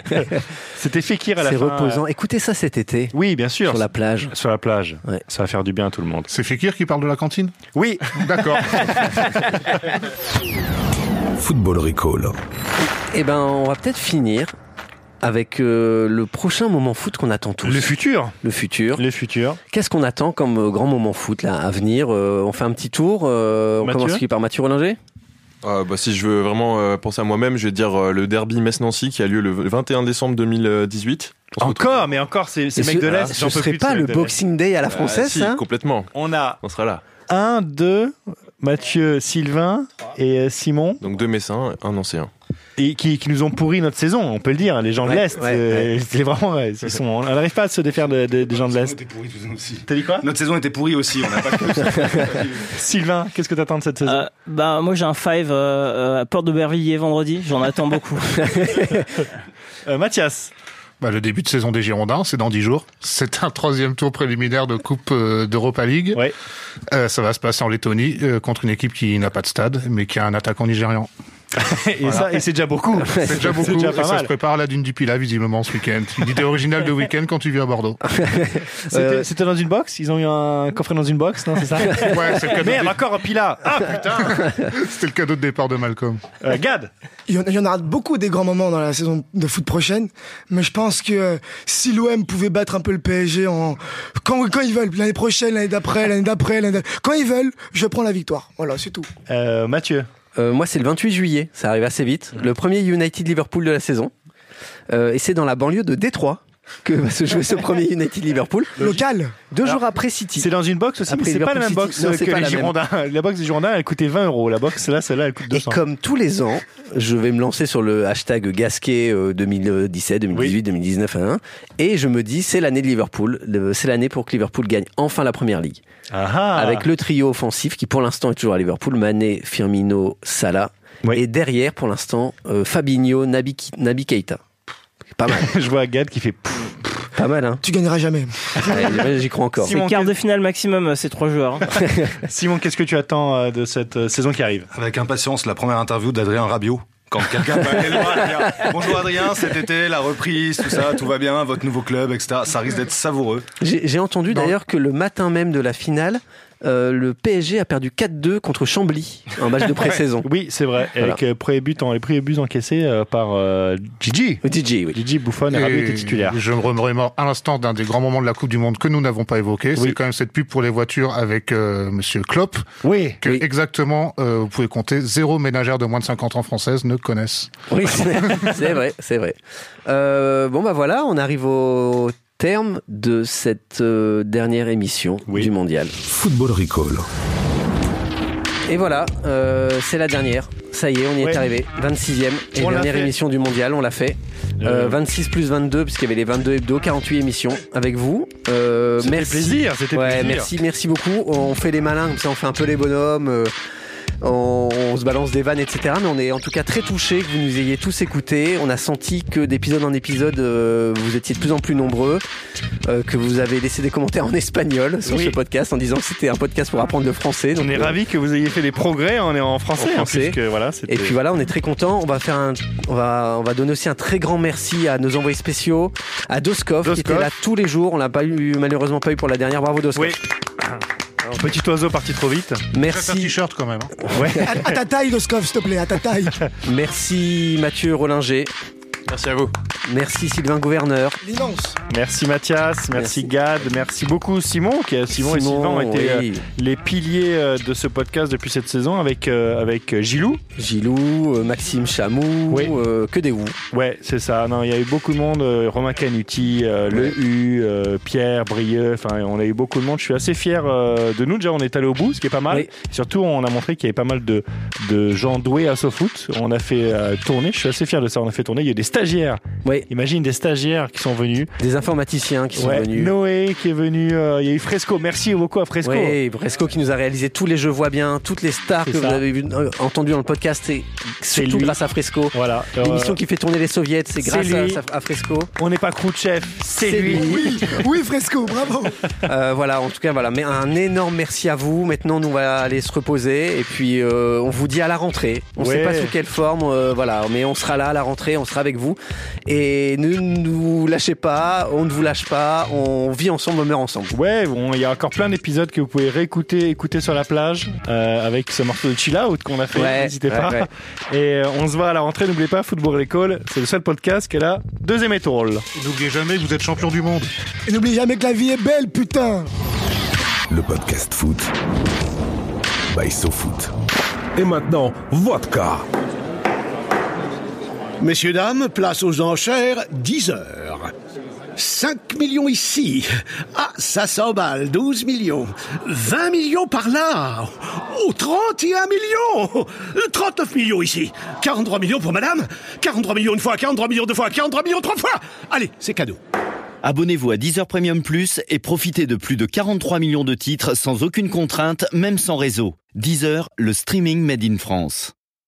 C'était Fekir à la C'est fin. reposant. euh, Écoutez ça cet été. Oui, bien sûr. Sur la plage. Sur la plage. Ça va faire du bien à tout le monde. C'est Fekir qui parle de la cantine Oui. D'accord. Football Recall. Eh ben, on va peut-être finir avec euh, le prochain moment foot qu'on attend tous. Le futur. Le futur. Le futur. Qu'est-ce qu'on attend comme euh, grand moment foot là à venir Euh, On fait un petit tour. euh, on Mathieu commence qui par Mathieu Rollinger Ah, bah, si je veux vraiment euh, penser à moi-même, je vais dire euh, le derby Metz-Nancy qui a lieu le 21 décembre 2018. Encore, mais encore, ces, ces Et mecs ce- de l'Est, ah, j'en ce peux serait plus. de pas ces le mecs de l'Est. Bah, Boxing Day à la Euh, française, si, hein complètement. On a On sera là. 1, 2, Mathieu, Sylvain et euh, Simon. Donc deux Messins, un ancien. Et qui, qui nous ont pourri notre saison, on peut le dire, hein, les gens de Ouais, l'Est. ouais, euh, ouais. C'est vraiment vrai. Ils sont- on n'arrive pas à se défaire de- de- des gens de l'Est. T'as dit quoi Notre saison était pourrie aussi, on n'a pas Sylvain, qu'est-ce que t'attends de cette saison Euh, bah, moi, j'ai un five euh, euh, à Porte d'Aubervilliers vendredi. J'en attends beaucoup. Euh, Euh, Mathias bah, Le début de saison des Girondins, c'est dans 10 jours. C'est un troisième tour préliminaire de Coupe euh, d'Europa League. Euh, ça va se passer en Lettonie euh, contre une équipe qui n'a pas de stade, mais qui a un attaquant nigérian. et ça, et c'est déjà beaucoup. C'est déjà beaucoup. déjà et pas ça mal. se prépare à la dune du Pila, visiblement, ce week-end. Une idée originale de week-end quand tu viens à Bordeaux. C'était c'était dans une box Ils ont eu un coffret dans une box, non C'est ça Ouais, c'est le cadeau Merde, des- encore un pila Ah putain C'était le cadeau de départ de Malcolm. Gad Il y, en, il y en aura beaucoup des grands moments dans la saison de foot prochaine, mais je pense que euh, si l'OM pouvait battre un peu le PSG en quand, quand ils veulent, l'année prochaine, l'année d'après, l'année d'après, l'année d'après, quand ils veulent, je prends la victoire. Voilà, c'est tout. Euh, Mathieu Euh, Moi, c'est le 28 juillet, ça arrive assez vite. Le premier United-Liverpool de la saison. Euh, et c'est dans la banlieue de Détroit que va se jouer ce premier United-Liverpool. Local Deux jours après City. C'est dans une box aussi, mais Après c'est pas la même Liverpool box City. Non, euh, c'est que pas les la même. Girondins. La box des Girondins, elle coûtait 20 euros. La box, là, celle-là, elle coûte 200. Et comme tous les ans, je vais me lancer sur le hashtag Gasquet euh, 2017, 2018, 2019, hein, et je me dis c'est l'année de Liverpool, le- c'est l'année pour que Liverpool gagne enfin la Première Ligue. Ah Avec le trio offensif qui pour l'instant est toujours à Liverpool, Mané, Firmino, Salah, et derrière pour l'instant euh, Fabinho, Nabi, Ki- Nabi Keita. Pas mal. je vois Gad qui fait... Pas mal, hein Tu gagneras jamais. Ouais, J'y crois encore. C'est quart de finale maximum, euh, ces trois joueurs. Simon, qu'est-ce que tu attends euh, de cette euh, saison qui arrive Avec impatience, la première interview d'Adrien Rabiot. Quand quelqu'un va aller le voir, il dit, Bonjour Adrien, cet été, la reprise, tout ça, tout va bien, votre nouveau club, etc. Ça risque d'être savoureux. J'ai j'ai entendu d'ailleurs que le matin même de la finale, euh, le PSG a perdu 4-2 contre Chambly, un match de pré-saison. Oui, c'est vrai. Voilà. Avec euh, premier but en- les premiers buts encaissés euh, par euh, Gigi. Gigi, oui. Gigi Buffon et Rabiot était titulaire. Je me remémore à l'instant d'un des grands moments de la Coupe du Monde que nous n'avons pas évoqué. C'est quand même cette pub pour les voitures avec euh, Monsieur Klopp. Oui. Que exactement, euh, vous pouvez compter, zéro ménagère de moins de 50 ans française ne connaissent. Oui, c'est c'est vrai, c'est vrai. Euh, bon, bah voilà, on arrive au terme de cette euh, dernière émission du Mondial. Football Recall. Et voilà, euh, c'est la dernière. Ça y est, on y Ouais. est arrivé. 26e et On l'a dernière fait. émission du mondial, on l'a fait. Euh, 26 plus 22, puisqu'il y avait les 22 hebdo, 48 émissions avec vous. Euh, C'était merci. plaisir, c'était Ouais, plaisir. Merci, merci beaucoup. On fait les malins, comme ça on fait un peu les bonhommes. euh, On, on se balance des vannes, etc. Mais on est en tout cas très touchés que vous nous ayez tous écoutés. On a senti que d'épisode en épisode, euh, vous étiez de plus en plus nombreux, euh, que vous avez laissé des commentaires en espagnol sur Oui. ce podcast en disant que c'était un podcast pour apprendre le français. On Donc, est euh, ravis que vous ayez fait des progrès. hein, On est en en français. en français. plus, que, voilà, et puis voilà, on est très content. On va faire un, on va, on va donner aussi un très grand merci à nos envoyés spéciaux, à Doskov, qui Doskov. était là tous les jours. On l'a pas eu, malheureusement pas eu pour la dernière. Bravo Doskov. Oui. Petit oiseau parti trop vite. Merci. t-shirt quand même. hein. À, à ta taille, Doskov, s'il te plaît, à ta taille. Merci Mathieu Rollinger. Merci à vous. Merci Sylvain Gouverneur. L'immense. Merci Mathias, merci, Gad, merci beaucoup Simon. Qui, Simon, et Simon, Sylvain ont été oui. euh, les piliers euh, de ce podcast depuis cette saison avec, euh, avec euh, Gilou. Gilou, euh, Maxime Chamou, euh, que des vous. Ouais, c'est ça. Non, il y a eu beaucoup de monde. euh, Romain Canuti, euh, Le U, euh, Pierre Brieux. Enfin, on a eu beaucoup de monde. Je suis assez fier euh, de nous. Déjà, on est allé au bout, ce qui est pas mal. Surtout, on a montré qu'il y avait pas mal de, de gens doués à SoFoot. On a fait euh, tourner. Je suis assez fier de ça. On a fait tourner. Il y a eu des stagiaires. Imagine des stagiaires qui sont venus. Des informaticiens qui sont Ouais, venus. Noé qui est venu. euh, Il y a eu Fresco. Merci beaucoup à Fresco. Oui, Bresco qui nous a réalisé tous les jeux vois bien, toutes les stars C'est que vous ça. avez vu, euh, entendues dans le podcast, c'est surtout lui. grâce à Fresco. Voilà. L'émission Euh, qui fait tourner les soviets, c'est c'est grâce à, lui. à Fresco. On n'est pas Khrouchtchev, c'est C'est lui. lui. Oui, oui, Fresco, bravo. Euh, voilà, en tout cas, voilà. Mais un énorme merci à vous. Maintenant, nous, on va aller se reposer. Et puis, euh, on vous dit à la rentrée. On ne Ouais. sait pas sous quelle forme, euh, voilà. Mais on sera là à la rentrée, on sera avec vous. Et ne nous lâchez pas, on ne vous lâche pas. On vit ensemble, on meurt ensemble. Ouais, bon, il y a encore plein d'épisodes que vous pouvez réécouter, écouter sur la plage euh, avec ce morceau de chill out qu'on a fait. Ouais, N'hésitez ouais, pas. ouais. Et euh, on se voit à la rentrée. N'oubliez pas, Football Recall, c'est le seul podcast qui est là. Deuxième étoile. N'oubliez jamais que vous êtes champion du monde. Et n'oublie jamais que la vie est belle, putain. Le podcast foot by SoFoot. Et maintenant, vodka. Messieurs, dames, place aux enchères, 10 heures. 5 millions ici. Ah, ça s'emballe, 12 millions. 20 millions par là. Oh, 31 millions. 39 millions ici. 43 millions pour madame. 43 millions une fois, 43 millions deux fois, 43 millions trois fois. Allez, c'est cadeau. Abonnez-vous à Deezer Premium Plus et profitez de plus de 43 millions de titres sans aucune contrainte, même sans réseau. Deezer, le streaming made in France.